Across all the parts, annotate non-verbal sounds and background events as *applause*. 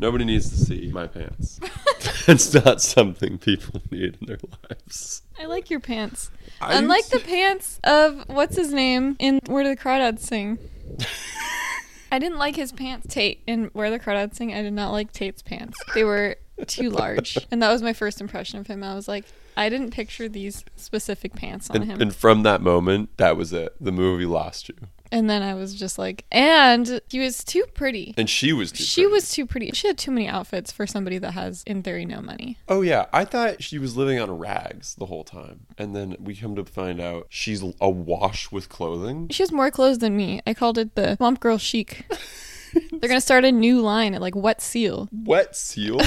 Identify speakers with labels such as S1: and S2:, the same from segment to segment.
S1: Nobody needs to see my pants. it's not something people *laughs* need in their lives.
S2: I like your pants.
S1: I didn't
S2: Unlike the
S1: see-
S2: pants of what's his name in Where Do the
S1: *laughs*
S2: Crawdads Sing. I didn't like his pants. Tate in Where the Crawdads Sing. I did not like Tate's pants. They were
S1: *laughs*
S2: too large, and that was my first impression of him. I was like, I didn't picture these specific pants on
S1: And,
S2: him.
S1: and from that moment, that was it. The movie lost you.
S2: and then I was just like, and he was too pretty.
S1: And she was. Too
S2: She
S1: pretty.
S2: was too pretty. She had too many outfits for somebody that has, in theory, no money.
S1: Oh yeah, I thought she was living on rags the whole time, and then we come to find out she's awash with clothing.
S2: She has more clothes than me. I called it the Swamp
S1: *laughs*
S2: Girl Chic. They're gonna start a new line at like Wet Seal.
S1: Wet seal.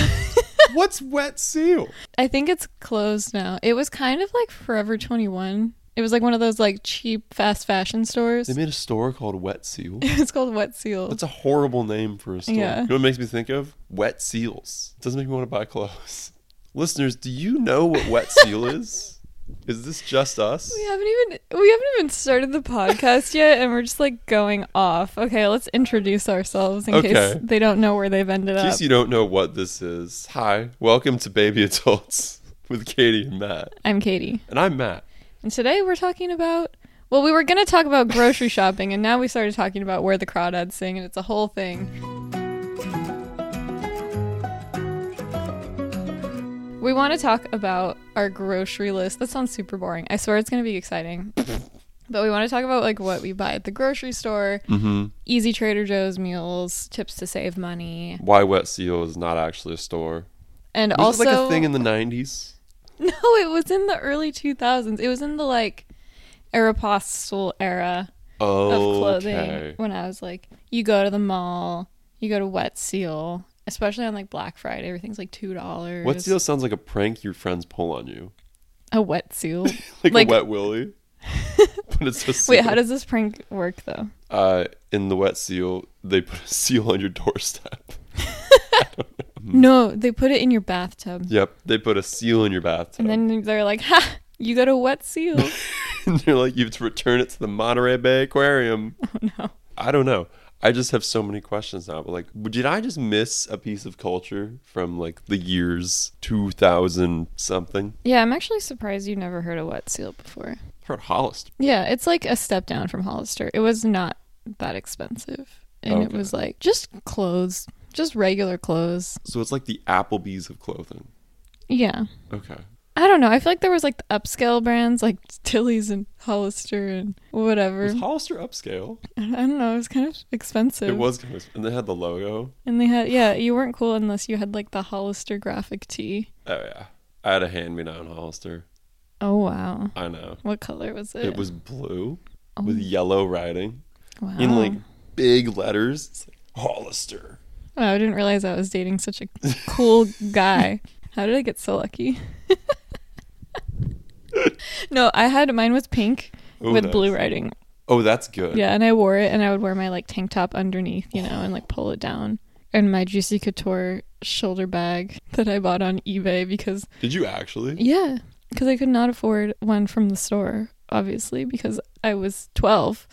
S1: What's wet seal?
S2: I think it's closed now. It was kind of like Forever 21. It was like one of those like cheap fast fashion stores.
S1: They made a store called Wet Seal.
S2: *laughs* It's called Wet Seal.
S1: That's a horrible name for a store.
S2: Yeah.
S1: You know what it makes me think of? Wet seals. It doesn't make me want to buy clothes. *laughs* Listeners, do you know what wet seal is? *laughs* Is this just us?
S2: We haven't even we haven't even started the podcast yet and we're just like going off. Okay, let's introduce ourselves in case
S1: Okay.
S2: they don't know where they've ended
S1: In
S2: up.
S1: case you don't know what this is, hi, welcome to Baby Adults *laughs* with Katie and Matt.
S2: I'm Katie.
S1: And I'm Matt.
S2: And today we're talking about well, we were going to talk
S1: *laughs*
S2: about grocery shopping and now we started talking about where the crawdads sing and it's a whole thing. We want to talk about our grocery list. That sounds super boring. I swear it's going to be exciting. But we want to talk about like what we buy at the grocery store,
S1: Mm-hmm.
S2: easy Trader Joe's meals, tips to save money,
S1: Why wet seal is not actually a store.
S2: and
S1: Was
S2: also
S1: it like a thing in the 90s?
S2: *laughs* no, it was in the early two thousands. It was in the like Aeropostale era. of
S1: Oh,
S2: clothing
S1: okay.
S2: when I was like, you go to the mall, you go to Wet Seal, especially on like Black Friday, everything's like two dollars.
S1: Wet seal sounds like a prank your friends pull on you. *laughs*
S2: A Wet Seal.
S1: Like,
S2: Like-
S1: a wet
S2: *laughs*
S1: willy. but it's just
S2: Wait, how does this prank work though?
S1: uh, in the wet seal, they put a *laughs* seal on your doorstep. Hmm.
S2: No, they put it in your bathtub,
S1: Yep, they put a seal in your bathtub.
S2: and then they're like, ha, you go to Wet Seal.
S1: *laughs* And they're like, you have to return it to the Monterey Bay Aquarium.
S2: *laughs* oh no.
S1: I don't know. I just have so many questions now. But like, did I just miss a piece of culture from like the years 2000 something?
S2: Yeah, I'm actually surprised you never heard of Wet Seal before.
S1: I heard Hollister.
S2: Yeah, it's like a step down from Hollister. It was not that expensive, and it
S1: Okay.
S2: was like just clothes, just regular clothes.
S1: So it's like the Applebee's of clothing.
S2: Yeah.
S1: Okay.
S2: I don't know. I feel like there was like the upscale brands like Tilly's and Hollister and whatever.
S1: Was Hollister upscale?
S2: I don't know. It was kind of expensive.
S1: It was kind of, and they had the logo.
S2: And they had yeah, you weren't cool unless you had like the Hollister graphic tee.
S1: Oh yeah, I had a hand-me-down Hollister.
S2: Oh wow.
S1: I know.
S2: What color was it?
S1: It was blue
S2: Oh,
S1: with yellow writing.
S2: wow.
S1: in like big letters. It's like Hollister.
S2: Wow, I didn't realize I was dating such a cool
S1: *laughs*
S2: guy. How did I get so lucky? *laughs* no, I had mine was pink
S1: Oh,
S2: with
S1: nice.
S2: blue writing.
S1: Oh, that's good.
S2: Yeah, and I wore it, and I would wear my like tank top underneath, you know, and like pull it down, and my Juicy Couture shoulder bag *laughs* that I bought on eBay because
S1: Did you actually?
S2: yeah, because I could not afford one from the store, obviously, because I was twelve,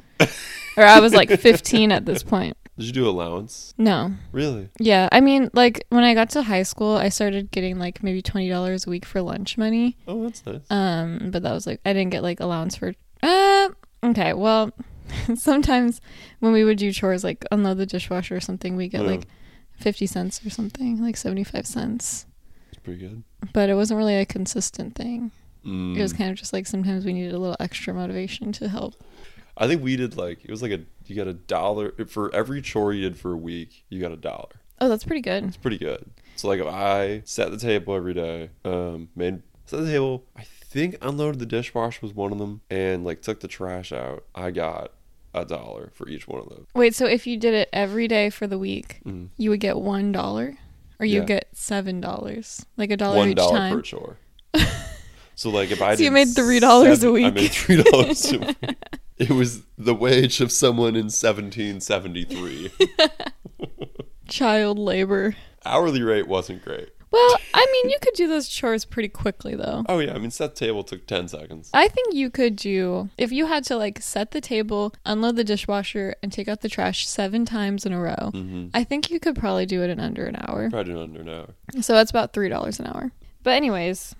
S2: or I was like fifteen at this point.
S1: Did you do allowance?
S2: No,
S1: Really?
S2: yeah, I mean, like when I got to high school, I started getting like maybe twenty dollars a week for lunch money.
S1: Oh, that's nice.
S2: Um, but that was like I didn't get like allowance for. Uh, okay. Well, *laughs* sometimes when we would do chores like unload the dishwasher or something, we get
S1: Yeah.
S2: like fifty cents or something, like seventy five cents.
S1: It's pretty good.
S2: But it wasn't really a consistent thing.
S1: Mm.
S2: It was kind of just like sometimes we needed a little extra motivation to help.
S1: I think we did like it was like a you got a dollar for every chore you did for a week. You got a dollar.
S2: Oh, that's pretty good.
S1: It's pretty good. So like if I sat at the table every day, um, made sat at the table. I think unloaded the dishwasher was one of them, and like took the trash out. I got a dollar for each one of those.
S2: Wait, so if you did it every day for the week,
S1: Mm.
S2: you would get one dollar, or you
S1: Yeah.
S2: would get seven dollars, like a dollar
S1: one
S2: each
S1: dollar
S2: time.
S1: per chore.
S2: *laughs*
S1: so like if I
S2: So you
S1: did
S2: made $3 a
S1: seven- I
S2: week.
S1: made three dollars a
S2: *laughs*
S1: week. It was the wage of someone in 1773.
S2: *laughs* Child labor.
S1: Hourly rate wasn't great.
S2: Well, I mean, you could do those chores pretty quickly, though.
S1: Oh yeah, I mean set the table took ten seconds.
S2: I think you could do, if you had to like set the table, unload the dishwasher, and take out the trash seven times in a row, I think you could probably do it in under an hour.
S1: Probably did under an hour.
S2: So that's about $3 an hour. But, anyways,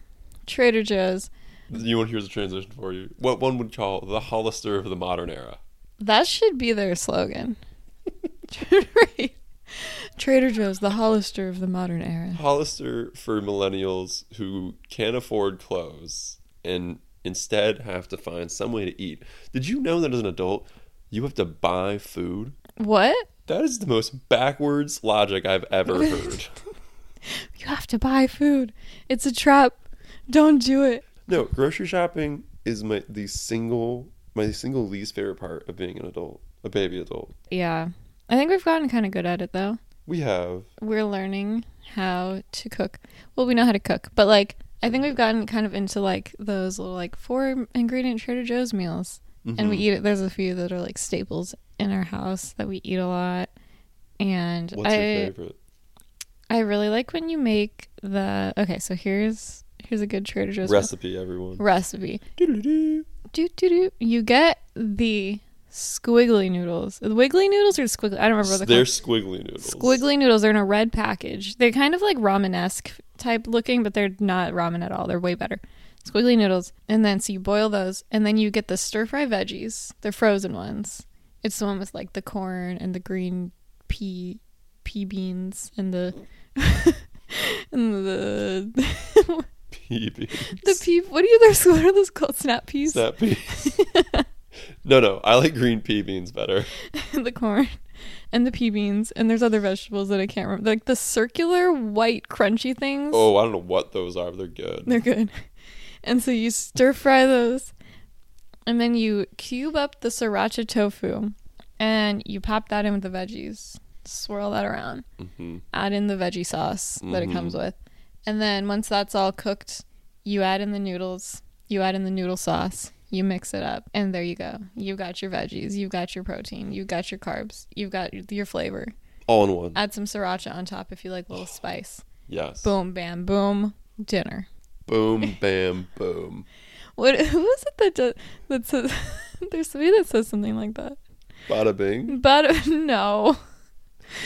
S2: Trader Joe's.
S1: You want here's a transition for you. What one would call the Hollister of the modern era.
S2: That should be their slogan. *laughs* Trader Joe's, the Hollister of the modern era.
S1: Hollister for millennials who can't afford clothes and instead have to find some way to eat. Did you know that as an adult, you have to buy food?
S2: What?
S1: That is the most backwards logic I've
S2: *laughs*
S1: ever heard.
S2: You have to buy food. It's a trap. Don't do it.
S1: No, grocery shopping is my the single my single least favorite part of being an adult, a baby adult.
S2: Yeah. I think we've gotten kind of good at it, though.
S1: We have
S2: we're learning how to cook. Well, we know how to cook, but like I think we've gotten kind of into like those little like four ingredient Trader Joe's meals, and we
S1: Mm-hmm.
S2: eat it. There's a few that are like staples in our house that we eat a lot, and
S1: what's
S2: I
S1: your favorite?
S2: I really like when you make the okay. So here's here's a good Trader Joe's meal.
S1: Recipe, everyone.
S2: recipe.
S1: Doo-doo-doo.
S2: Do do do. You get the squiggly noodles. The wiggly noodles or squiggly? I don't remember what
S1: They're squiggly noodles. *laughs*
S2: Squiggly noodles are in a red package. They're kind of like ramen esque type looking, but they're not ramen at all. They're way better. Squiggly noodles. And then so you boil those, and then you get the stir fry veggies, the frozen ones. It's the one with like the corn and the green pea pea beans and the *laughs* and the *laughs*
S1: PB.
S2: the pea what are you those what are those called? Snap peas? *laughs*
S1: Snap peas. no, no, I like green pea beans better.
S2: the corn and the pea beans and there's other vegetables that I can't remember. Like the circular white crunchy things.
S1: Oh, I don't know what those are. But they're good.
S2: *laughs* They're good. And so you stir fry those, and then you cube up the sriracha tofu, and you pop that in with the veggies. Swirl that around.
S1: Mhm.
S2: Add in the veggie sauce that it comes with, and then once that's all cooked, you add in the noodles. You add in the noodle sauce. You mix it up, and there you go. You've got your veggies. You've got your protein. You've got your carbs. You've got your- your flavor.
S1: All in one.
S2: Add some sriracha on top if you like a little spice.
S1: Yes.
S2: Boom, bam, boom. Dinner.
S1: Boom, bam, boom.
S2: What *laughs* who is it that does, that says *laughs* there's somebody that says something like that?
S1: Bada bing,
S2: But *laughs* no,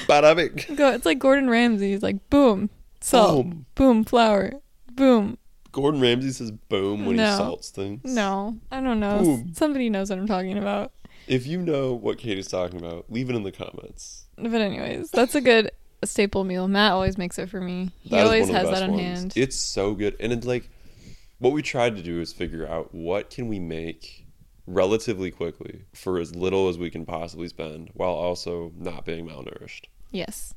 S1: bada bing.
S2: go. It's like Gordon Ramsay. He's like boom salt, boom,
S1: Boom.
S2: flour, boom.
S1: Gordon Ramsay says boom when
S2: No.
S1: he salts things.
S2: No, I don't know. S-
S1: Boom.
S2: Somebody knows what I'm talking about.
S1: If you know what Katie's talking about, leave it in the comments.
S2: But anyways, that's a good staple meal. Matt always makes it for me. He
S1: That is
S2: always
S1: one of
S2: has
S1: the
S2: that
S1: best
S2: on
S1: ones.
S2: hand.
S1: It's so good. And it's like what we tried to do is figure out what can we make relatively quickly for as little as we can possibly spend while also not being malnourished. *laughs*
S2: yes.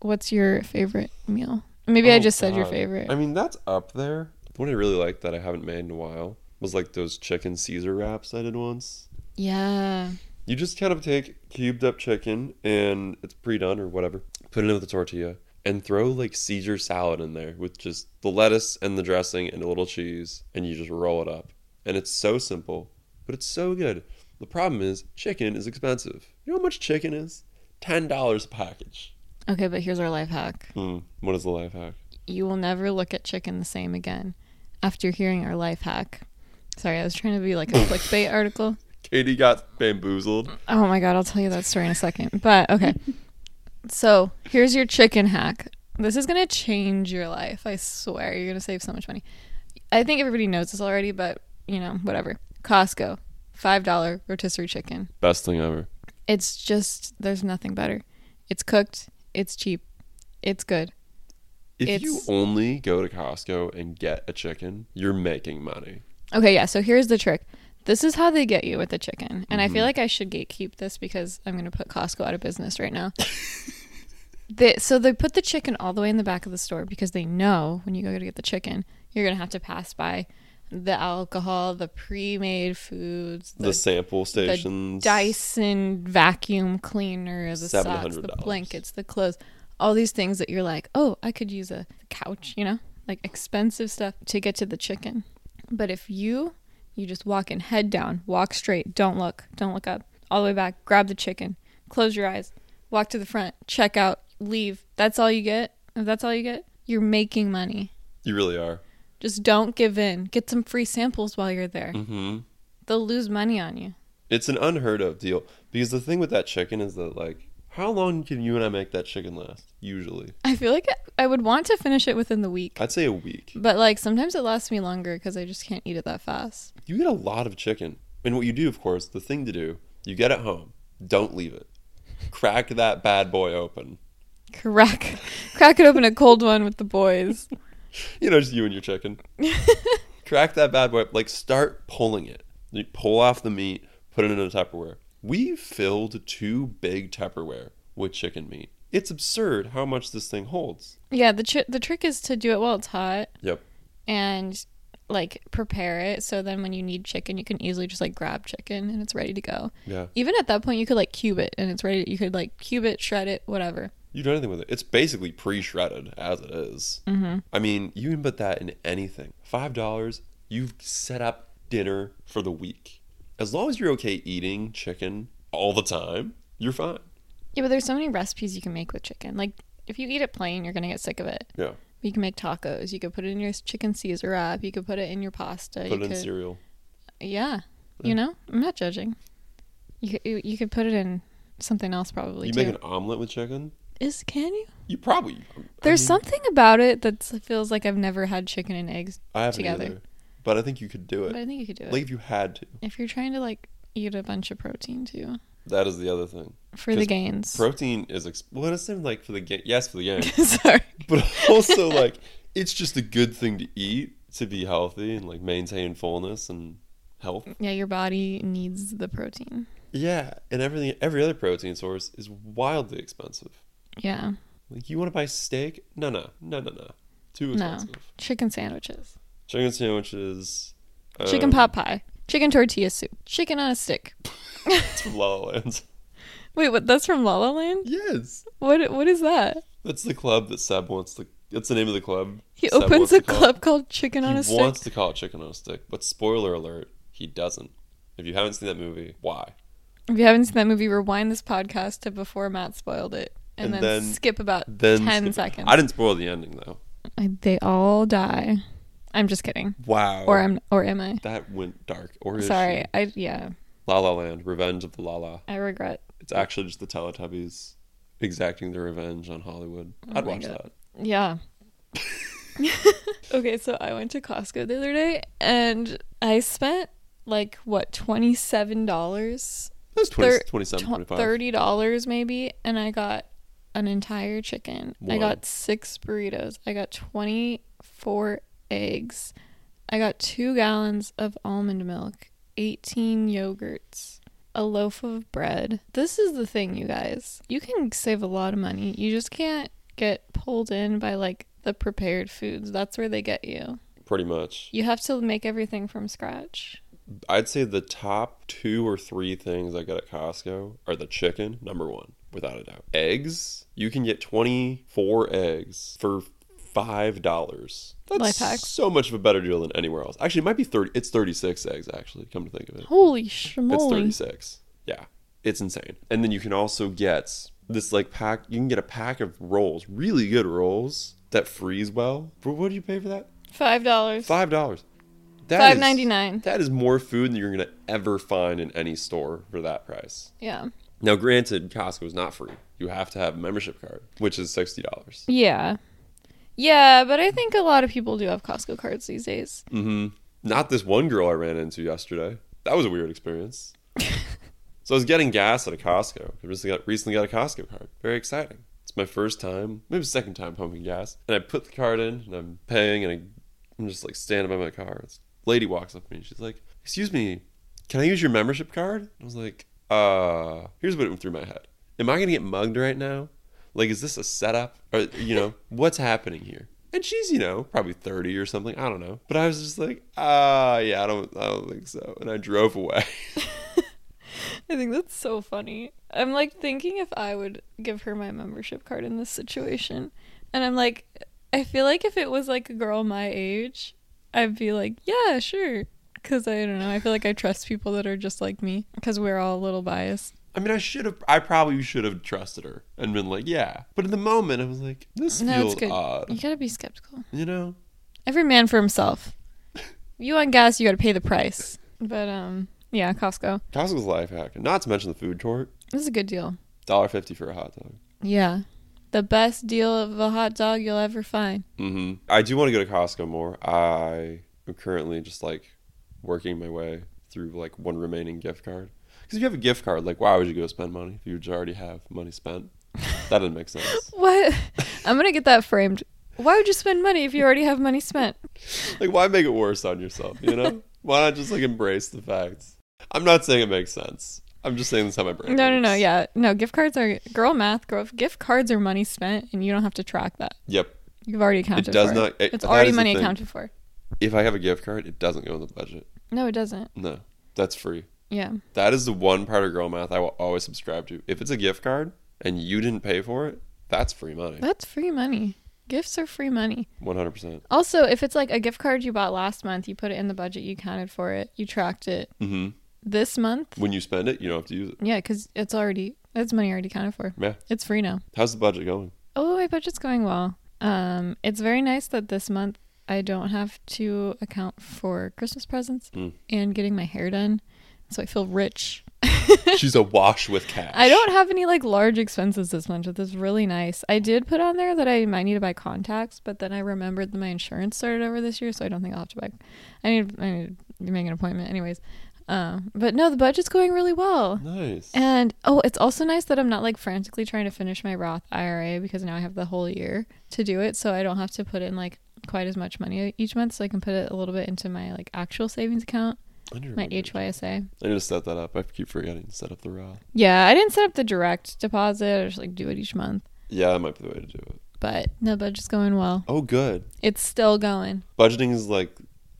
S2: What's your favorite meal? Maybe I
S1: Oh,
S2: just said your
S1: God.
S2: favorite.
S1: I mean, that's up there. The one I really like that I haven't made in a while was like those chicken Caesar wraps I did once.
S2: yeah.
S1: You just kind of take cubed up chicken and it's pre done or whatever, put it in with a tortilla, and throw like Caesar salad in there with just the lettuce and the dressing and a little cheese, and you just roll it up. And it's so simple, but it's so good. The problem is, chicken is expensive. You know how much chicken is? $10 a package.
S2: Okay, but here's our life hack.
S1: Hmm, what is the life hack?
S2: you will never look at chicken the same again after hearing our life hack. Sorry, I was trying to be like a clickbait article.
S1: Katie got bamboozled.
S2: Oh my god, I'll tell you that story in a second. But okay. So here's your chicken hack. This is gonna change your life. I swear. You're gonna save so much money. I think everybody knows this already, but you know, whatever. Costco, five dollar rotisserie chicken.
S1: Best thing ever.
S2: It's just there's nothing better. It's cooked, it's cheap, it's good.
S1: If you
S2: It's-
S1: only go to Costco and get a chicken, you're making money.
S2: Okay, yeah. So here's the trick. This is how they get you with the chicken. And I feel like I should gatekeep this because I'm going to put Costco out of business right now. they, so they put the chicken all the way in the back of the store because they know when you go to get the chicken, you're going to have to pass by the alcohol, the pre-made foods,
S1: The, sample stations.
S2: the Dyson vacuum cleaner, the socks, the
S1: $700.
S2: blankets, the clothes, all these things that you're like, oh, I could use a couch, you know, like expensive stuff to get to the chicken. But if you you just walk in head down, walk straight, don't look, don't look up, all the way back, grab the chicken, close your eyes, walk to the front, check out, leave. That's all you get. If that's all you get, You're making money.
S1: You really are.
S2: Just don't give in. Get some free samples while you're there.
S1: Mm-hmm.
S2: They'll lose money on you.
S1: It's an unheard of deal because the thing with that chicken is that like, how long can you and I make that chicken last? Usually,
S2: I feel like I would want to finish it within the week.
S1: I'd say a week.
S2: But like sometimes it lasts me longer because I just can't eat it that fast.
S1: You get a lot of chicken, and what you do, of course, the thing to do, you get it home. Don't leave it. Crack that bad boy open.
S2: Crack, *laughs* crack it open a cold one with the boys.
S1: You know, just you and your chicken. Crack that bad boy. up. Like, start pulling it. You pull off the meat, put it in a Tupperware. We filled two big Tupperware with chicken meat. It's absurd how much this thing holds.
S2: yeah, the tr- the trick is to do it while it's hot
S1: Yep.
S2: and like prepare it so then when you need chicken you can easily just like grab chicken and it's ready to go.
S1: Yeah.
S2: Even at that point you could like cube it and it's ready. You could like cube it, shred it, whatever.
S1: You do anything with it. It's basically pre shredded as it is.
S2: Mhm.
S1: I mean, you can put that in anything. $5, you've set up dinner for the week. As long as you're okay eating chicken all the time, you're fine.
S2: Yeah, but there's so many recipes you can make with chicken. Like if you eat it plain, you're gonna get sick of it.
S1: Yeah.
S2: You can make tacos. You could put it in your chicken Caesar wrap. You could put it in your pasta.
S1: Put
S2: you
S1: it in
S2: could,
S1: cereal.
S2: Yeah, you know, I'm not judging. You could- you, you could put it in something else probably
S1: You
S2: too.
S1: make an omelet with chicken?
S2: Is can you?
S1: You probably.
S2: There's
S1: I mean,
S2: something about it that s- feels like I've never had chicken and eggs,
S1: I haven't
S2: together.
S1: either, but I think you could do
S2: but
S1: it.
S2: I think you could do it
S1: Like if you had to.
S2: if you're trying to like eat a bunch of protein too
S1: That is the other thing.
S2: for the
S1: 'Cause
S2: gains.
S1: Protein is ex- well, it's in like for the game. Yes, for the game,
S2: *laughs* Sorry.
S1: but also like it's just a good thing to eat to be healthy and like maintain fullness and health.
S2: Yeah, your body needs the protein.
S1: Yeah, and everything every other protein source is wildly expensive.
S2: Yeah.
S1: Like you want to buy steak? No, no, no, no, no. Too
S2: No.
S1: expensive.
S2: Chicken sandwiches.
S1: Chicken sandwiches.
S2: Chicken
S1: um,
S2: pot pie. Chicken tortilla soup. Chicken on
S1: *laughs*
S2: a stick.
S1: It's from La La Land.
S2: Wait, what? That's from La La Land?
S1: Yes.
S2: What? What is that?
S1: That's the club that Seb wants to. That's the name of the club.
S2: He
S1: Seb
S2: opens
S1: wants
S2: a
S1: to call it-
S2: club called Chicken on a
S1: He
S2: Stick.
S1: wants to call it chicken on a stick, but spoiler alert, he doesn't. If you haven't seen that movie, why?
S2: If you haven't seen that movie, rewind this podcast to before Matt spoiled it, and,
S1: And
S2: then,
S1: then-
S2: skip about
S1: Then
S2: ten seconds.
S1: *laughs* I didn't spoil the ending though.
S2: I- they all die. I'm just kidding.
S1: Wow.
S2: Or I'm. Or am I?
S1: that went dark. Or Oh. is
S2: Sorry.
S1: she?
S2: I yeah.
S1: La La Land, Revenge of the La La.
S2: I regret.
S1: It's actually just the Teletubbies exacting their revenge on Hollywood. I'd
S2: Oh my
S1: watch
S2: God.
S1: that.
S2: Yeah.
S1: *laughs*
S2: *laughs* okay, so I went to Costco the other day, and I spent like what twenty seven dollars,
S1: That's 20,
S2: Thir-
S1: 27, 25.
S2: thirty dollars maybe, and I got an entire chicken. I
S1: Whoa.
S2: got six burritos. I got twenty four eggs. I got two gallons of almond milk, eighteen yogurts. A loaf of bread. This is the thing, you guys. You can save a lot of money. You just can't get pulled in by like the prepared foods. That's where they get you.
S1: Pretty much.
S2: You have to make everything from scratch.
S1: I'd say the top two or three things I get at Costco are the chicken, number one, without a doubt. Eggs, you can get 24 eggs for $5. That's
S2: Life hack.
S1: so much of a better deal than anywhere else. Actually, it might be 30. It's 36 eggs, actually, come to think of it.
S2: Holy
S1: It's
S2: schmoly.
S1: 36. Yeah. It's insane. And then you can also get this like pack, you can get a pack of rolls, really good rolls that freeze well. For what do you pay for that?
S2: Five dollars.
S1: Five dollars.
S2: Five ninety nine.
S1: That is more food than you're gonna ever find in any store for that price.
S2: Yeah.
S1: Now, granted, Costco is not free. You have to have a membership card, which is sixty dollars.
S2: Yeah. Yeah, but I think a lot of people do have Costco cards these days.
S1: Mm-hmm. Not this one girl I ran into yesterday. That was a weird experience. so I was getting gas at a Costco. I recently got, recently got a Costco card. Very exciting. It's my first time, maybe second time pumping gas. And I put the card in and I'm paying and I, I'm just like standing by my car. This lady walks up to me and she's like, Excuse me, can I use your membership card? And I was like, Uh, here's what went through my head. Am I going to get mugged right now? Like, is this a setup? Or, you know, what's happening here? And she's, you know, probably 30 or something. I don't know. But I was just like, ah, yeah, I don't, I don't think so. And I drove away. *laughs*
S2: I think that's so funny. I'm like thinking if I would give her my membership card in this situation. And I'm like, I feel like if it was like a girl my age, I'd be like, yeah, sure. Because I don't know. I feel like I trust people that are just like me because we're all a little biased.
S1: I mean, I should have. I probably should have trusted her and been like, "Yeah." But in the moment, I was like, "This
S2: No, it's
S1: feels
S2: good. You
S1: odd."
S2: gotta be skeptical.
S1: You know?
S2: Every man for himself. You on gas, you gotta pay the price. But um, yeah, Costco.
S1: Costco's a life hack, and not to mention the food court.
S2: This is a good deal.
S1: Dollar fifty for a hot dog.
S2: Yeah, the best deal of a hot dog you'll ever find.
S1: hmm I do want to go to Costco more. I am currently just like working my way through like one remaining gift card. Because if you have a gift card, like why would you go spend money if you already have money spent? That doesn't make sense.
S2: What? *laughs* I'm gonna get that framed. Why would you spend money if you already have money spent?
S1: Like why make it worse on yourself? You
S2: *laughs*
S1: know? why not just like embrace the facts? I'm not saying it makes sense. I'm just saying this how my brain.
S2: No, no, no.
S1: works.
S2: Yeah, no. Gift cards are girl math. Girl, gift cards are money spent, and you don't have to track that.
S1: Yep.
S2: You've already accounted.
S1: does
S2: for
S1: not- it-
S2: it's
S1: that
S2: already
S1: is the
S2: money
S1: thing.
S2: accounted for.
S1: If I have a gift card, it doesn't go in the budget.
S2: No, it doesn't.
S1: No, that's free.
S2: Yeah.
S1: That is the one part of girl math I will always subscribe to. If it's a gift card and you didn't pay for it, that's free money.
S2: That's free money. Gifts are free money.
S1: One hundred percent.
S2: Also, if it's like a gift card you bought last month, you put it in the budget, you counted for it, you tracked it.
S1: hmm
S2: This month,
S1: When you spend it, you don't have to use it.
S2: yeah, because it's already that's money already counted for.
S1: Yeah.
S2: It's free now.
S1: How's the budget
S2: *laughs*
S1: going?
S2: Oh, my budget's going well. Um, it's very nice that this month I don't have to account for Christmas presents
S1: Mm.
S2: and getting my hair done, so I feel rich.
S1: She's awash with cash.
S2: I don't have any like large expenses this month, which is really nice. I did put on there that I might need to buy contacts, but then I remembered that my insurance started over this year, so I don't think I'll have to buy. I need I need to make an appointment, anyways. Um, but no, the budget's going really well.
S1: Nice.
S2: And oh, it's also nice that I'm not like frantically trying to finish my Roth IRA because now I have the whole year to do it, so I don't have to put in like quite as much money each month. So I can put it a little bit into my like actual savings account,
S1: I need, to
S2: my
S1: remember.
S2: HYSA.
S1: I need to set that up. I keep forgetting to set up the Roth.
S2: Yeah, I didn't set up the direct deposit. I just like do it each month.
S1: Yeah, that might be the way to do it.
S2: but no budget's going well.
S1: Oh, good.
S2: It's still going.
S1: Budgeting is like,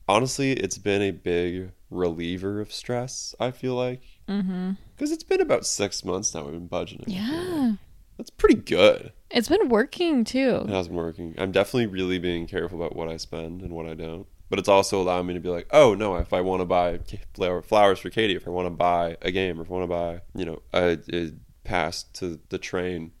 S1: honestly, it's been a big reliever of stress. I feel like
S2: Mm-hmm.
S1: because it's been about six months now we've been budgeting. I feel like.
S2: Yeah,
S1: that's pretty good.
S2: it's been working
S1: It
S2: too.
S1: has been working. I'm definitely really being careful about what I spend and what I don't. But it's also allowing me to be like, oh no, if I want to buy ca- flower- flowers for Katie, if I want to buy a game, or if I want to buy, you know, a, a pass to the train,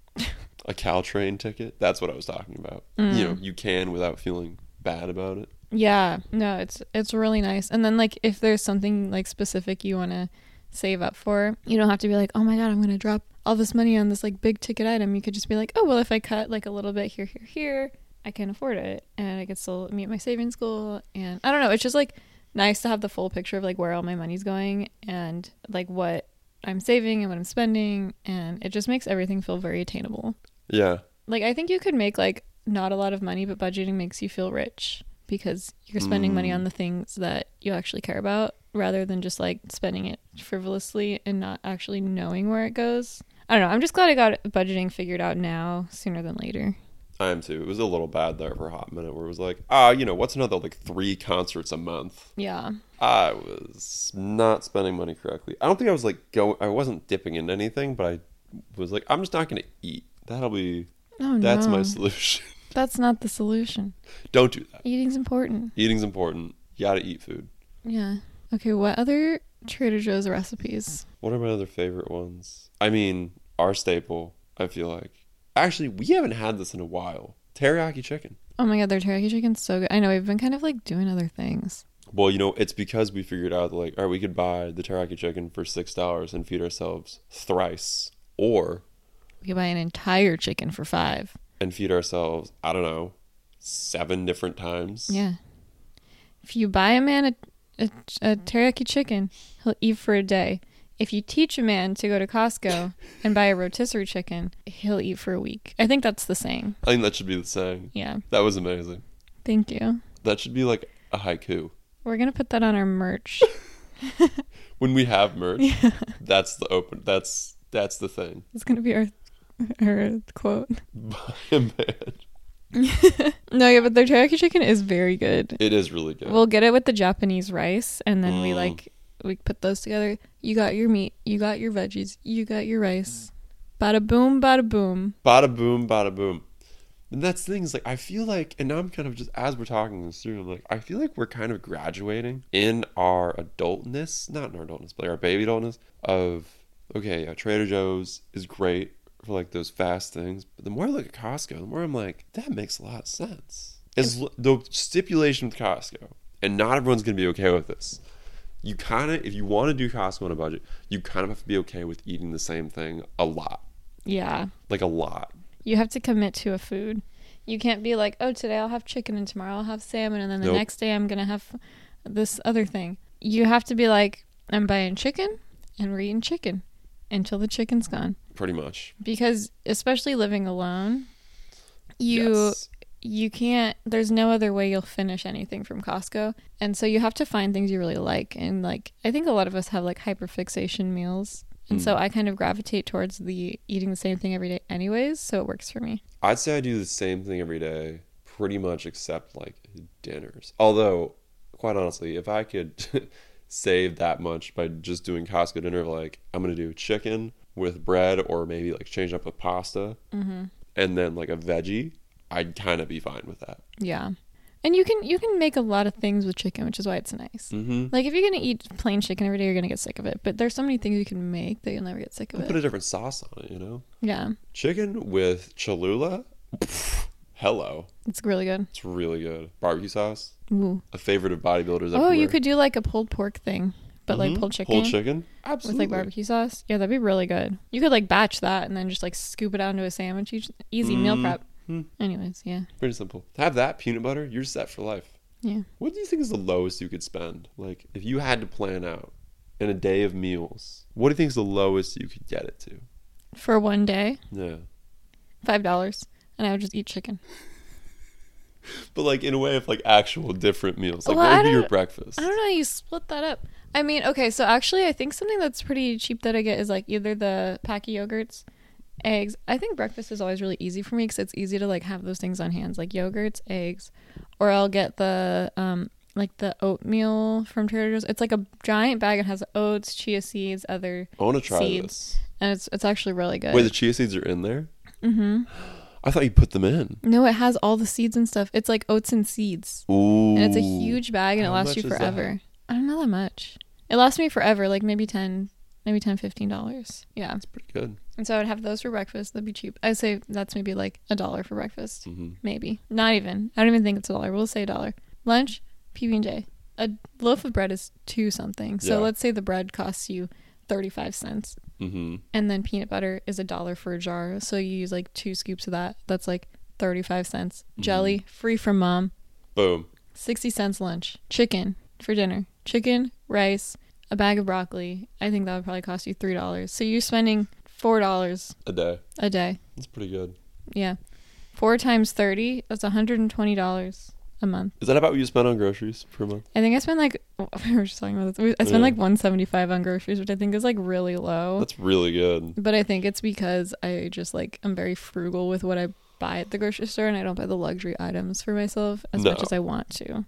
S1: a Caltrain ticket. That's what I was talking about. You know, you can without feeling bad about it.
S2: Yeah, no, it's it's really nice. And then like if there's something like specific you want to save up for, you don't have to be like, oh my god, I'm gonna drop all this money on this like big ticket item. You could just be like, oh well, if I cut like a little bit here, here, here, I can afford it, and I could still meet my savings goal. And I don't know, it's just like nice to have the full picture of like where all my money's going and like what I'm saving and what I'm spending, and it just makes everything feel very attainable.
S1: Yeah,
S2: Like I think you could make like not a lot of money, but budgeting makes you feel rich because you're spending money
S1: Mm.
S2: on the things that you actually care about rather than just like spending it frivolously and not actually knowing where it goes. I don't know. I'm just glad I got budgeting figured out now sooner than later.
S1: I am too. It was a little bad there for a hot minute where it was like, ah, you know, what's another like three concerts a month?
S2: Yeah.
S1: I was not spending money correctly. I don't think I was like go. I wasn't dipping into anything, but I was like, I'm just not going to eat. That'll be.
S2: Oh
S1: That's
S2: no.
S1: my solution. *laughs*
S2: That's not the solution.
S1: don't do that.
S2: Eating's important.
S1: Eating's important. You gotta eat food.
S2: Yeah. Okay, what other Trader Joe's recipes?
S1: What are my other favorite ones? I mean, our staple. I feel like actually we haven't had this in a while. Teriyaki chicken.
S2: Oh my god, their teriyaki chicken's so good. I know we've been kind of like doing other things.
S1: Well, you know, it's because we figured out like, all right, we could buy the teriyaki chicken for six dollars and feed ourselves thrice, or
S2: We could buy an entire chicken for five.
S1: and feed ourselves. I don't know, seven different times.
S2: Yeah. If you buy a man a, a, a teriyaki chicken, he'll eat for a day. If you teach a man to go to Costco and buy a rotisserie chicken, he'll eat for a week. I think that's the saying.
S1: I think that should be the saying.
S2: Yeah.
S1: That was amazing.
S2: Thank you.
S1: That should be like a haiku.
S2: We're going to put that on our merch.
S1: When we have merch,
S2: *laughs*
S1: that's the open. That's that's the thing. *laughs*
S2: It's going to be our, *laughs* our quote.
S1: Buy a man.
S2: No, yeah, but their teriyaki chicken is very good.
S1: It is really good.
S2: We'll get it with the Japanese rice, and then we
S1: Mm.
S2: like we put those together. You got your meat, you got your veggies, you got your rice. Bada boom, bada boom.
S1: bada boom, bada boom. And that's the thing is like I feel like, and now I'm kind of just as we're talking this through, I'm like I feel like we're kind of graduating in our adultness, not in our adultness, but our baby adultness of okay, yeah, Trader Joe's is great for like those fast things, but the more I look at Costco, the more I'm like, that makes a lot of sense. As l- the stipulation with Costco, and not everyone's gonna be okay with this. You kind of, if you want to do Costco on a budget, you kind of have to be okay with eating the same thing a lot,
S2: Yeah.
S1: like a lot.
S2: You have to commit to a food. You can't be like, oh, today I'll have chicken and tomorrow I'll have salmon and then the
S1: Nope.
S2: next day I'm going to have this other thing. You have to be like, I'm buying chicken and we're eating chicken until the chicken's gone.
S1: Pretty much.
S2: Because especially living alone, you
S1: Yes.
S2: you can't there's no other way you'll finish anything from Costco. And so you have to find things you really like and like I think a lot of us have like hyperfixation meals. And
S1: Hmm.
S2: so I kind of gravitate towards the eating the same thing every day anyways, so it works for me.
S1: I'd say I do the same thing every day, pretty much except like dinners. Although, quite honestly, if I could *laughs* save that much by just doing Costco dinner, like I'm gonna do chicken with bread, or maybe like change up with pasta,
S2: Mm-hmm.
S1: and then like a veggie, I'd kind of be fine with that.
S2: Yeah. And you can you can make a lot of things with chicken, which is why it's nice.
S1: Mm-hmm.
S2: Like if you're gonna eat plain chicken every day, you're gonna get sick of it. But there's so many things you can make that you'll never get sick of
S1: Put
S2: it.
S1: a different sauce on it, you know.
S2: Yeah,
S1: Chicken with
S2: *laughs*
S1: Cholula, hello,
S2: it's really good.
S1: it's really good. Barbecue sauce,
S2: Ooh.
S1: a favorite of bodybuilders.
S2: Oh, you
S1: everywhere.
S2: could do like a pulled pork thing, but like
S1: Mhm.
S2: pulled chicken.
S1: Pulled chicken,
S2: with
S1: absolutely.
S2: like barbecue sauce. Yeah, that'd be really good. You could like batch that and then just like scoop it out into a sandwich. Each, easy meal prep. Anyways, yeah,
S1: Pretty simple. Have that peanut butter, you're set for life.
S2: yeah.
S1: What do you think is the lowest you could spend? Like, if you had to plan out in a day of meals, what do you think is the lowest you could get it to?
S2: For one day,
S1: Yeah.
S2: five dollars, and I would just eat chicken.
S1: But, like, in a way of like actual different meals, like,
S2: Well, I
S1: what would be your
S2: don't-
S1: breakfast?
S2: I don't know. how You split that up. I mean, okay. So actually, I think something that's pretty cheap that I get is like either the pack of yogurts, eggs. I think breakfast is always really easy for me because it's easy to like have those things on hands, like yogurts, eggs, or I'll get the um like the oatmeal from Trader Joe's. It's like a giant bag. It has oats, chia seeds, other
S1: I want to try
S2: Seeds.
S1: this.
S2: and it's it's actually really good.
S1: Wait, the chia seeds are in there?
S2: mm-hmm.
S1: *gasps* I thought you put them in.
S2: No, it has all the seeds and stuff. It's like oats and seeds,
S1: Ooh.
S2: and it's a huge bag, and it
S1: How much
S2: lasts you
S1: is that?
S2: forever. I don't know that much. It lasts me forever, like maybe ten, maybe ten, fifteen dollars. Yeah,
S1: It's pretty good.
S2: and so I would have those for breakfast. That'd be cheap. I'd say that's maybe like a dollar for breakfast,
S1: hmm
S2: maybe not even. I don't even think it's a dollar. We'll say a dollar. Lunch, PB and J. A loaf of bread is two something. So
S1: Yeah.
S2: let's say the bread costs you thirty five cents.
S1: hmm
S2: and then peanut butter is a dollar for a jar so you use like two scoops of that that's like 35 cents
S1: Mm-hmm.
S2: jelly free from mom
S1: Boom.
S2: 60 cents lunch chicken for dinner chicken rice a bag of broccoli i think that would probably cost you three dollars so you're spending four dollars
S1: A day.
S2: a day
S1: That's pretty good.
S2: yeah four times 30 that's 120 dollars a month
S1: Is that about what you spend on groceries per month?
S2: i think i spent like *laughs* we were just talking about this i
S1: Yeah.
S2: spent like 175 on groceries which i think is like really low
S1: That's really good.
S2: But I think it's because I just like I'm very frugal with what I buy at the grocery store and I don't buy the luxury items for myself as
S1: No.
S2: much as I want to.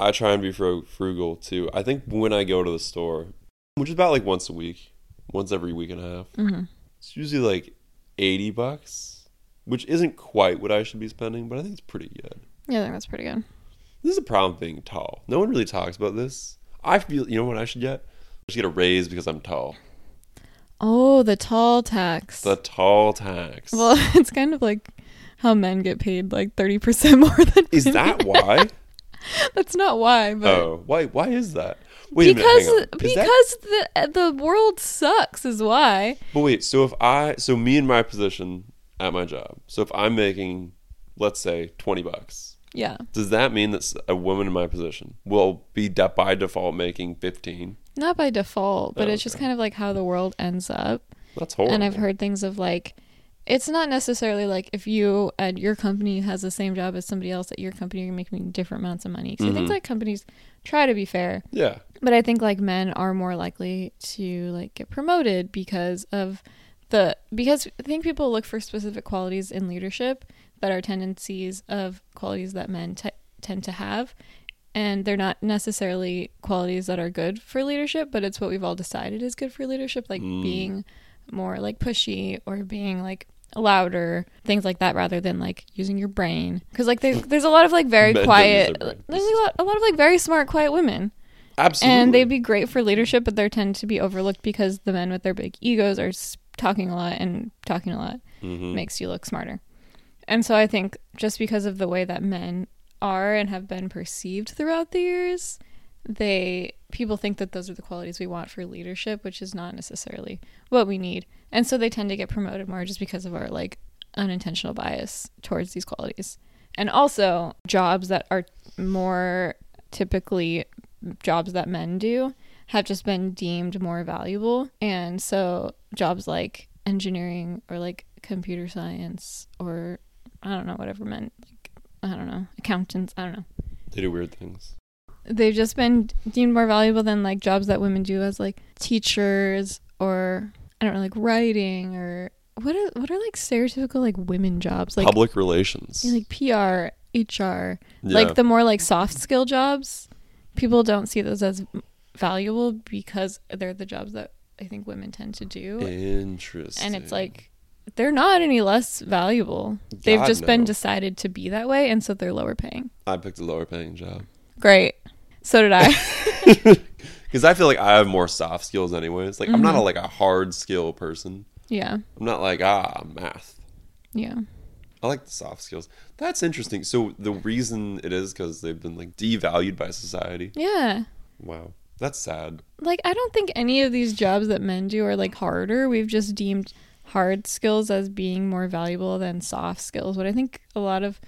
S1: I try and be fro- frugal too. I think when I go to the store, which is about like once a week, once every week and a half,
S2: hmm
S1: it's usually like 80 bucks, which isn't quite what I should be spending, but I think it's pretty good.
S2: Yeah, I think that's pretty good.
S1: This is a problem with being tall. No one really talks about this. I feel, you know what I should get? I should get a raise because I'm tall.
S2: Oh, the tall tax.
S1: The tall tax.
S2: *laughs* well, it's kind of like how men get paid like 30% *laughs* more than
S1: is
S2: women. *laughs*
S1: that why?
S2: That's not why, but
S1: oh, why why is that? Wait a minute.
S2: because
S1: hang on. Is that-
S2: because the the world sucks is why.
S1: But wait, so if I, so me in my position at my job, so if I'm making, let's say, 20 bucks,
S2: Yeah.
S1: does that mean that s- a woman in my position will be de- by default making 15?
S2: Not by default, but
S1: Oh,
S2: it's just
S1: okay.
S2: kind of like how the world ends up.
S1: That's horrible.
S2: And I've heard things of like, it's not necessarily like if you at your company has the same job as somebody else at your company, you're making different amounts of money. So I
S1: Mm-hmm.
S2: think like companies try to be fair,
S1: Yeah.
S2: but I think like men are more likely to like get promoted because of the because I think people look for specific qualities in leadership that are tendencies of qualities that men t- tend to have. And they're not necessarily qualities that are good for leadership, but it's what we've all decided is good for leadership, like
S1: Mm.
S2: being more like pushy or being like louder, things like that, rather than like using your brain. Because like there, there's a lot of like very
S1: *laughs* Men don't use
S2: quiet,
S1: their brain.
S2: there's a lot, a lot of like very smart, quiet women
S1: Absolutely.
S2: And they'd be great for leadership, but they tend to be overlooked because the men with their big egos are s- talking a lot, and talking a lot
S1: Mhm.
S2: makes you look smarter. And so I think just because of the way that men are and have been perceived throughout the years, they people think that those are the qualities we want for leadership, which is not necessarily what we need. And so they tend to get promoted more just because of our like unintentional bias towards these qualities. And also jobs that are more typically jobs that men do have just been deemed more valuable. And so jobs like engineering or like computer science or I don't know, whatever meant, like, I don't know, accountants, I don't know.
S1: They do weird things.
S2: They've just been deemed more valuable than like jobs that women do as like teachers or I don't know, like writing or what are, what are like stereotypical like women jobs? Like,
S1: Public relations.
S2: yeah, like PR,
S1: yeah.
S2: HR, like the more like soft skill jobs people don't see those as valuable because they're the jobs that i think women tend to do
S1: Interesting.
S2: and it's like they're not any less valuable they've
S1: God,
S2: just been
S1: no.
S2: decided to be that way and so they're lower paying
S1: I picked a lower paying job. *laughs*
S2: great so did i
S1: Because I feel like I have more soft skills anyways. Like I'm
S2: Mm-hmm.
S1: not a, like a hard skill person.
S2: yeah
S1: I'm not like ah math.
S2: yeah
S1: I like the soft skills. That's interesting. So the reason it is because they've been like devalued by society.
S2: yeah
S1: Wow, that's sad.
S2: like i don't think any of these jobs that men do are like harder we've just deemed hard skills as being more valuable than soft skills but i think a lot of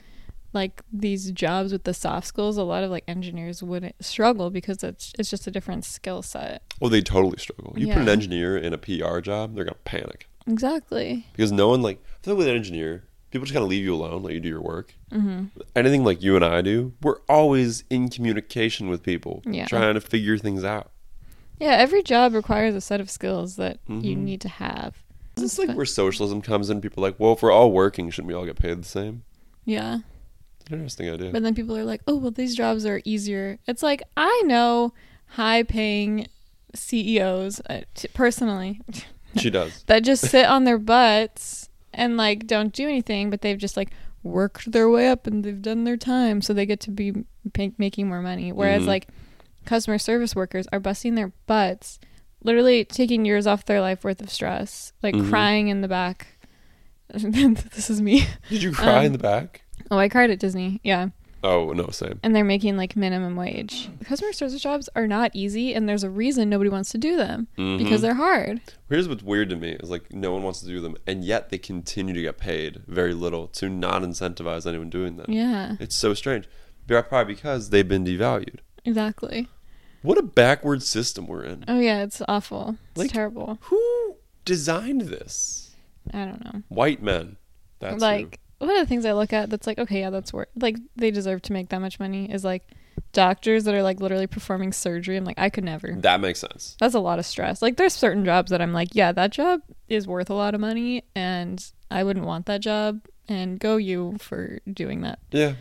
S2: like these jobs with the soft skills a lot of like engineers wouldn't struggle because it's, it's just a different skill set
S1: Oh, they totally struggle. You put an
S2: Yeah.
S1: engineer in a PR job, they're gonna panic
S2: exactly
S1: because no one like. I feel like with an engineer, people just kind of leave you alone, let you do your work.
S2: Mm-hmm.
S1: Anything like you and I do, we're always in communication with people,
S2: Yeah.
S1: trying to figure things out.
S2: yeah every job requires a set of skills that you need to have
S1: This is like where socialism comes in. People are like, well, if we're all working, shouldn't we all get paid the same?
S2: yeah
S1: It's an interesting idea.
S2: But then people are like, oh, well, these jobs are easier. It's like, I know high paying CEOs uh, t- personally
S1: she does.
S2: *laughs* that just sit on their butts and like don't do anything, but they've just like worked their way up and they've done their time. So they get to be pay- making more money. Whereas
S1: Mhm.
S2: like customer service workers are busting their butts, literally taking years off their life worth of stress, like
S1: Mhm.
S2: crying in the back. *laughs* this is me.
S1: Did you cry
S2: Um,
S1: in the back?
S2: Oh, I cried at Disney. Yeah
S1: Oh no, same.
S2: and they're making like minimum wage. Customer service jobs are not easy, and there's a reason nobody wants to do them because they're hard.
S1: Here's what's weird to me is like no one wants to do them, and yet they continue to get paid very little to not incentivize anyone doing them.
S2: Yeah,
S1: It's so strange. Be- Probably because they've been devalued.
S2: exactly.
S1: What a backward system we're in.
S2: Oh yeah, it's awful. It's
S1: Like-
S2: terrible.
S1: Who designed this?
S2: I don't know.
S1: White men. That's
S2: like one of the things I look at that's like, okay, yeah, that's worth. Like they deserve to make that much money is like doctors that are like literally performing surgery. I'm like, I could never.
S1: who. That makes sense.
S2: That's a lot of stress. Like there's certain jobs that I'm like, yeah, that job is worth a lot of money, and I wouldn't want that job. And go you for doing that.
S1: Yeah.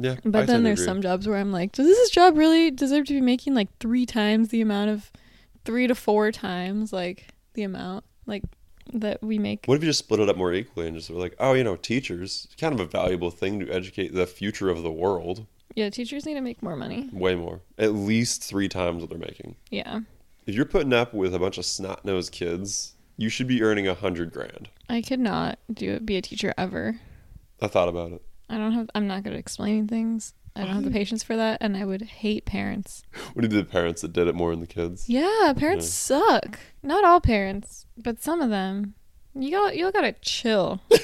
S1: Yeah. I
S2: But
S1: tend
S2: then
S1: to
S2: there's
S1: agree.
S2: some jobs where I'm like, does this job really deserve to be making like three times the amount of three to four times like the amount like that we make?
S1: What if you just split it up more equally and just were like, oh, you know, teachers, it's kind of a valuable thing to educate the future of the world
S2: Yeah, teachers need to make more money.
S1: way more. At least three times what they're making.
S2: Yeah.
S1: If you're putting up with a bunch of snot nosed kids, you should be earning a hundred grand.
S2: I could not do be a teacher ever.
S1: I thought about it.
S2: I don't have I'm not good at explaining things. I don't have the patience for that and I would hate parents.
S1: What do the parents that did it more than the kids?
S2: Yeah, parents suck. Not all parents, but some of them. You got you gotta chill. you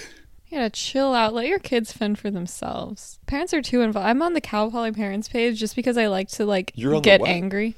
S2: gotta chill out. Let your kids fend for themselves. Parents are too involved. I'm on the Cal Poly parents page just because I like to like
S1: You're on the
S2: get
S1: what?
S2: angry.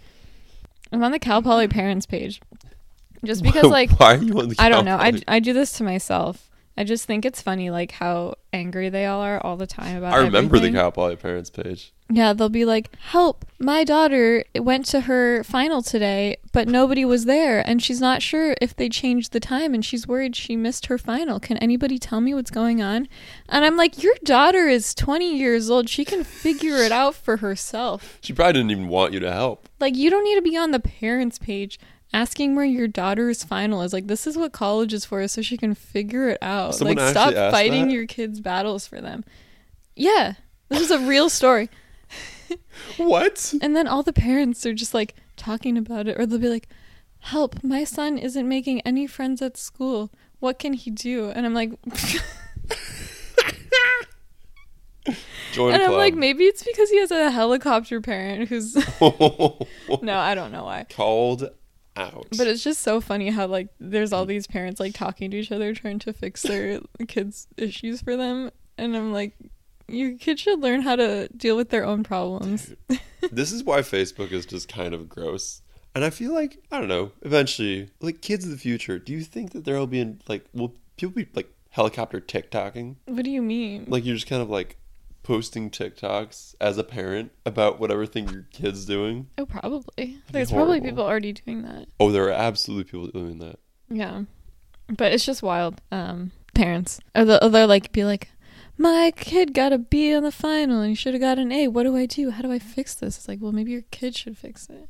S2: I'm on the Cal Poly parents page
S1: *laughs*
S2: just because like
S1: why are you on the? *laughs*
S2: I don't know. I,
S1: Cowboys?
S2: I do this to myself. I just think it's funny like how angry they all are all the time about.
S1: I remember
S2: everything.
S1: the Cow Poly parents page.
S2: Yeah, they'll be like, "Help! My daughter went to her final today, but nobody was there, and she's not sure if they changed the time, and she's worried she missed her final. Can anybody tell me what's going on?" And I'm like, "Your daughter is 20 years old. She can figure it out for herself.
S1: She probably didn't even want you to help.
S2: Like, you don't need to be on the parents' page." Asking where your daughter's final is like this is what college is for, so she can figure it out.
S1: Someone
S2: like, stop
S1: actually asked
S2: fighting
S1: that?
S2: your kids' battles for them. Yeah, this is a real story.
S1: What?
S2: And then all the parents are just like talking about it, or they'll be like, Help, my son isn't making any friends at school. What can he do? And I'm like, *laughs*
S1: Join
S2: and
S1: a
S2: I'm like,
S1: club.
S2: maybe it's because he has a helicopter parent who's *laughs* no, I don't know why.
S1: *laughs* Called out.
S2: But it's just so funny how like there's all these parents like talking to each other trying to
S1: *laughs*
S2: fix their kids' issues for them, and I'm like, your kids should learn how to deal with their own problems.
S1: this is why Facebook is just kind of gross. And I feel like I don't know. Eventually, like kids of the future, do you think that there'll be in, like will people be like helicopter TikToking?
S2: what do you mean?
S1: Like you're just kind of like posting TikToks as a parent about whatever thing your kid's doing.
S2: Oh, probably. There's probably
S1: horrible.
S2: people already doing that.
S1: Oh, there are absolutely people doing *laughs* that.
S2: Yeah, but it's just wild. Um, parents or they'll, or they'll like be like, my kid got a B on the final and he should have got an A. What do I do? How do I fix this? It's like, well, maybe your kid should fix it.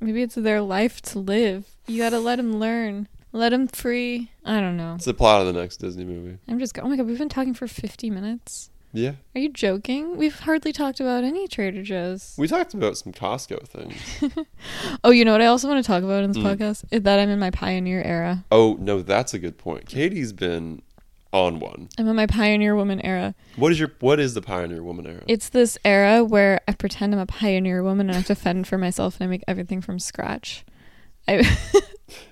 S2: Maybe it's their life to live. You gotta let them learn. Let them free. I don't know.
S1: It's the plot of the next Disney movie.
S2: I'm just. go- Oh my god, we've been talking for 50 minutes.
S1: Yeah,
S2: Are you joking? We've hardly talked about any Trader Joe's.
S1: we talked about some Costco things.
S2: Oh, you know what? I also want to talk about in this
S1: Mm.
S2: podcast is that I'm in my pioneer era.
S1: Oh no, that's a good point. Katie's been on one.
S2: I'm in my pioneer woman era.
S1: What is your what is the pioneer woman era?
S2: It's this era where I pretend I'm a pioneer woman and I have to fend for myself and I make everything from scratch. I,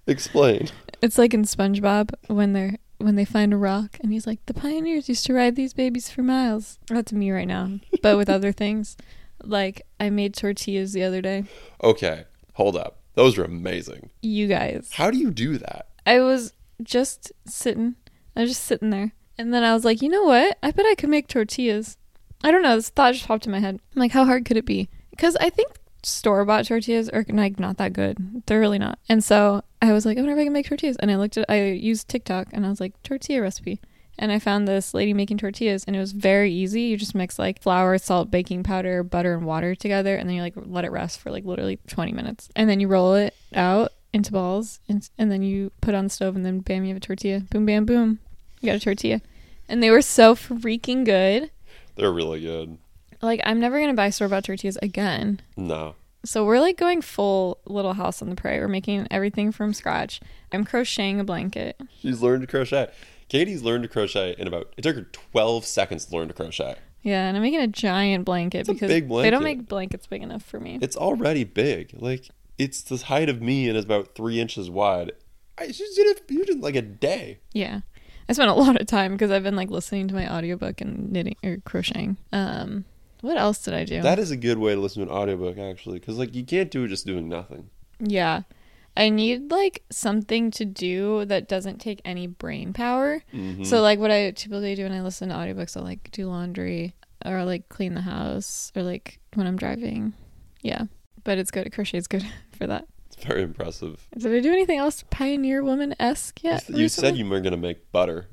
S1: Explain.
S2: it's like in SpongeBob when they're when they find a rock and he's like, "The pioneers used to ride these babies for miles." That's me right now, but with other things. Like I made tortillas the other day.
S1: Okay, hold up. Those are amazing.
S2: You guys,
S1: How do you do that?
S2: I was just sitting. I was just sitting there, and then I was like, "You know what? I bet I could make tortillas." I don't know. This thought just popped in my head. I'm like, "How hard could it be?" Because I think store bought tortillas are like not that good. They're really not. And so I was like, "I wonder if I can make tortillas." And I looked at. I used TikTok, and I was like, "Tortilla recipe." And I found this lady making tortillas, and it was very easy. You just mix like flour, salt, baking powder, butter, and water together, and then you like let it rest for like literally 20 minutes, and then you roll it out into balls, and, and then you put on the stove, and then bam, you have a tortilla. Boom, bam, boom, you got a tortilla. And they were so freaking good.
S1: They're really good.
S2: Like I'm never gonna buy store bought tortillas again.
S1: No.
S2: So we're like going full Little House on the Prairie. We're making everything from scratch. I'm crocheting a blanket.
S1: She's learned to crochet. Katie's learned to crochet in about it took her 12 seconds to learn to crochet.
S2: Yeah, and I'm making a giant blanket
S1: a
S2: because
S1: big
S2: they don't
S1: blanket.
S2: make blankets big enough for me.
S1: It's already big. Like it's the height of me and is about 3 inches wide. I she did it you did it in like a day.
S2: Yeah. I spent a lot of time because I've been like listening to my audiobook and knitting or crocheting. Um what else did I do?
S1: That is a good way to listen to an audiobook actually cuz like you can't do it just doing nothing.
S2: yeah. I need like something to do that doesn't take any brain power.
S1: Mm-hmm.
S2: So like what I typically do when I listen to audiobooks, I'll like do laundry or like clean the house or like when I'm driving. Yeah. But it's good. Crochet's good *laughs* for that.
S1: It's very impressive.
S2: Did I do anything else pioneer woman esque
S1: You
S2: yet?
S1: th- you
S2: recently?
S1: said you were going to make butter.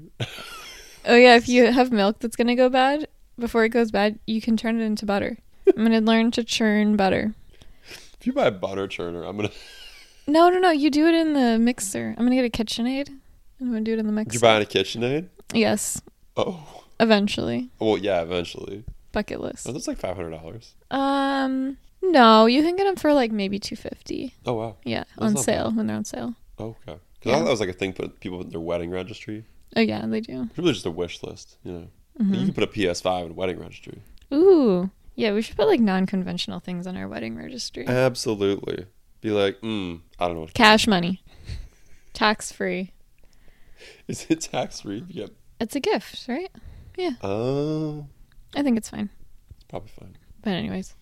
S2: Oh yeah, if you have milk that's gonna go bad before it goes bad, you can turn it
S1: *laughs*
S2: into butter. I'm gonna learn to churn butter.
S1: If you buy a butter churner, I'm *laughs* going to
S2: No, no, no. You do it in the mixer. I'm gonna get a KitchenAid. and I'm gonna do it in the
S1: You're
S2: mixer.
S1: buying a KitchenAid?
S2: Yes,
S1: Oh.
S2: eventually.
S1: Well, yeah, eventually.
S2: Bucket list.
S1: Oh, that's like $500.
S2: Um, no, you can get them for like maybe 250.
S1: Oh, wow.
S2: Yeah,
S1: That's
S2: on
S1: not
S2: sale when they're on sale.
S1: Oh, okay. Because I
S2: Yeah.
S1: thought that was like a thing put people in their wedding registry.
S2: Oh yeah, they do.
S1: It's really just a wish list, you know. You
S2: Mm-hmm.
S1: can put a PS5 in a wedding registry.
S2: Ooh, yeah. We should put like non-conventional things on our wedding
S1: Uh,
S2: registry.
S1: Absolutely. Be like, mm, I don't know.
S2: Cash money, tax free.
S1: Is it tax free? Yep.
S2: It's a gift, right?
S1: Oh,
S2: I think it's fine.
S1: it's probably fine.
S2: But anyways.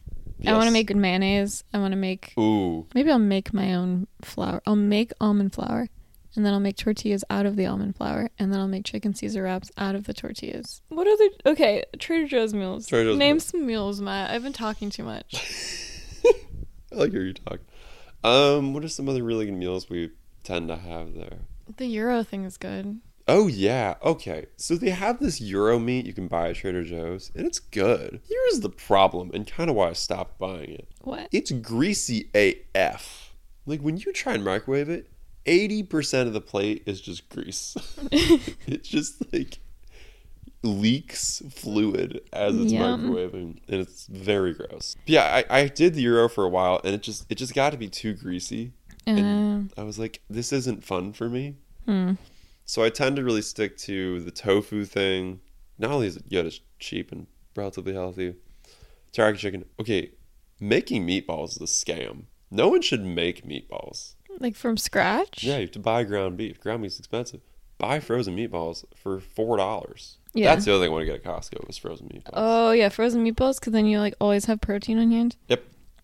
S2: I want to
S1: Yes.
S2: make good mayonnaise. I want to make.
S1: Ooh,
S2: Maybe I'll make my own flour. I'll make almond flour, and then I'll make tortillas out of the almond flour, and then I'll make chicken Caesar wraps out of the tortillas. What other? Okay, Trader Joe's meals.
S1: Trader Joe's
S2: Name
S1: meals.
S2: some meals, Matt. I've been talking too much.
S1: *laughs* I like how you talk. Um, what are some other really good meals we tend to have there?
S2: the Euro thing is good.
S1: Oh yeah, okay. So they have this Euro meat you can buy at Trader Joe's, and it's good. Here's the problem, and kind of why I stopped buying it.
S2: What?
S1: It's greasy AF. Like when you try and microwave it, 80% of the plate is just grease. it's just like leaks fluid as it's
S2: Yum.
S1: microwaving, and it's very gross. But yeah, I, I did the euro for a while, and it just it just got to be too greasy.
S2: Uh,
S1: I was like, this isn't fun for me.
S2: hmm.
S1: So I tend to really stick to the tofu thing. Not only is it good, it's cheap and relatively healthy. Teriyaki chicken. Okay, making meatballs is a scam. No one should make meatballs.
S2: like from scratch?
S1: Yeah, you have to buy ground beef. Ground beef's expensive. Buy frozen meatballs for four dollars.
S2: Yeah.
S1: That's the other thing I want to get at Costco was frozen meatballs.
S2: Oh yeah, frozen meatballs because then you like always have protein on hand.
S1: yep.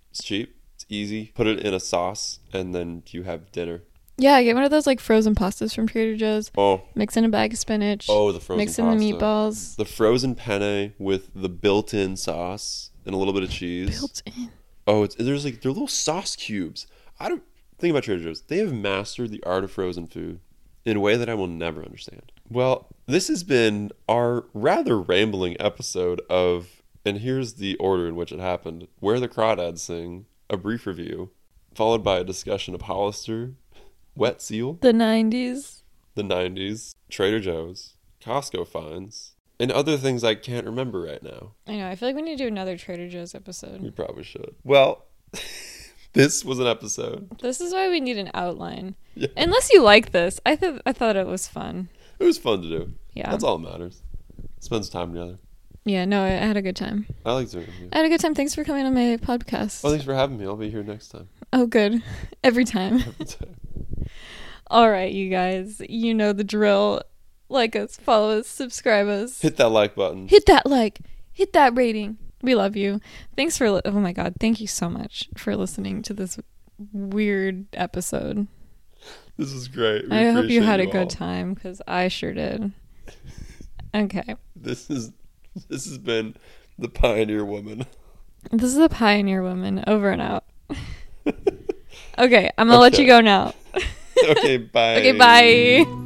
S1: It's cheap. It's easy. Put it in a sauce and then you have dinner.
S2: Yeah, I get one of those like frozen pastas from Trader Joe's.
S1: Oh,
S2: Mix in a bag of spinach.
S1: oh, the frozen
S2: mix in the
S1: pasta.
S2: meatballs.
S1: The frozen penne with the built-in sauce and a little bit of cheese.
S2: Built in.
S1: oh, it's, there's like they're little sauce cubes. I don't think about Trader Joe's. They have mastered the art of frozen food in a way that I will never understand. Well, this has been our rather rambling episode of, and here's the order in which it happened: where the crawdads sing, a brief review, followed by a discussion of Hollister, Wet Seal,
S2: The nineties.
S1: the 90s, Trader Joe's, Costco finds, and other things I can't remember right now.
S2: I know. I feel like we need to do another Trader Joe's
S1: We
S2: episode.
S1: probably should. Well, *laughs* this was an episode.
S2: This is why we need an outline.
S1: Yeah.
S2: Unless you like this, I thought I thought it was fun.
S1: It was fun to do.
S2: Yeah.
S1: That's all that matters. Spends time together.
S2: Yeah. No, I I had a good time.
S1: I like doing it with you.
S2: I had a good time. Thanks for coming on my podcast.
S1: Well, thanks for having me. I'll be here next time. *laughs*
S2: oh, good. *laughs* Every time. All right, you guys. You know the drill. Like us, follow us, subscribe us.
S1: Hit that like button.
S2: hit that like, hit that rating. We love you. Thanks for li- oh my god, thank you so much for listening to this weird episode.
S1: This was great. We
S2: I hope you
S1: appreciate
S2: had a
S1: all.
S2: good time cuz I sure did. Okay.
S1: This is this has been the Pioneer Woman. *laughs*
S2: This is a pioneer woman over and out. okay, I'm going to let
S1: Okay.
S2: you go now.
S1: okay, bye.
S2: *laughs* okay, bye.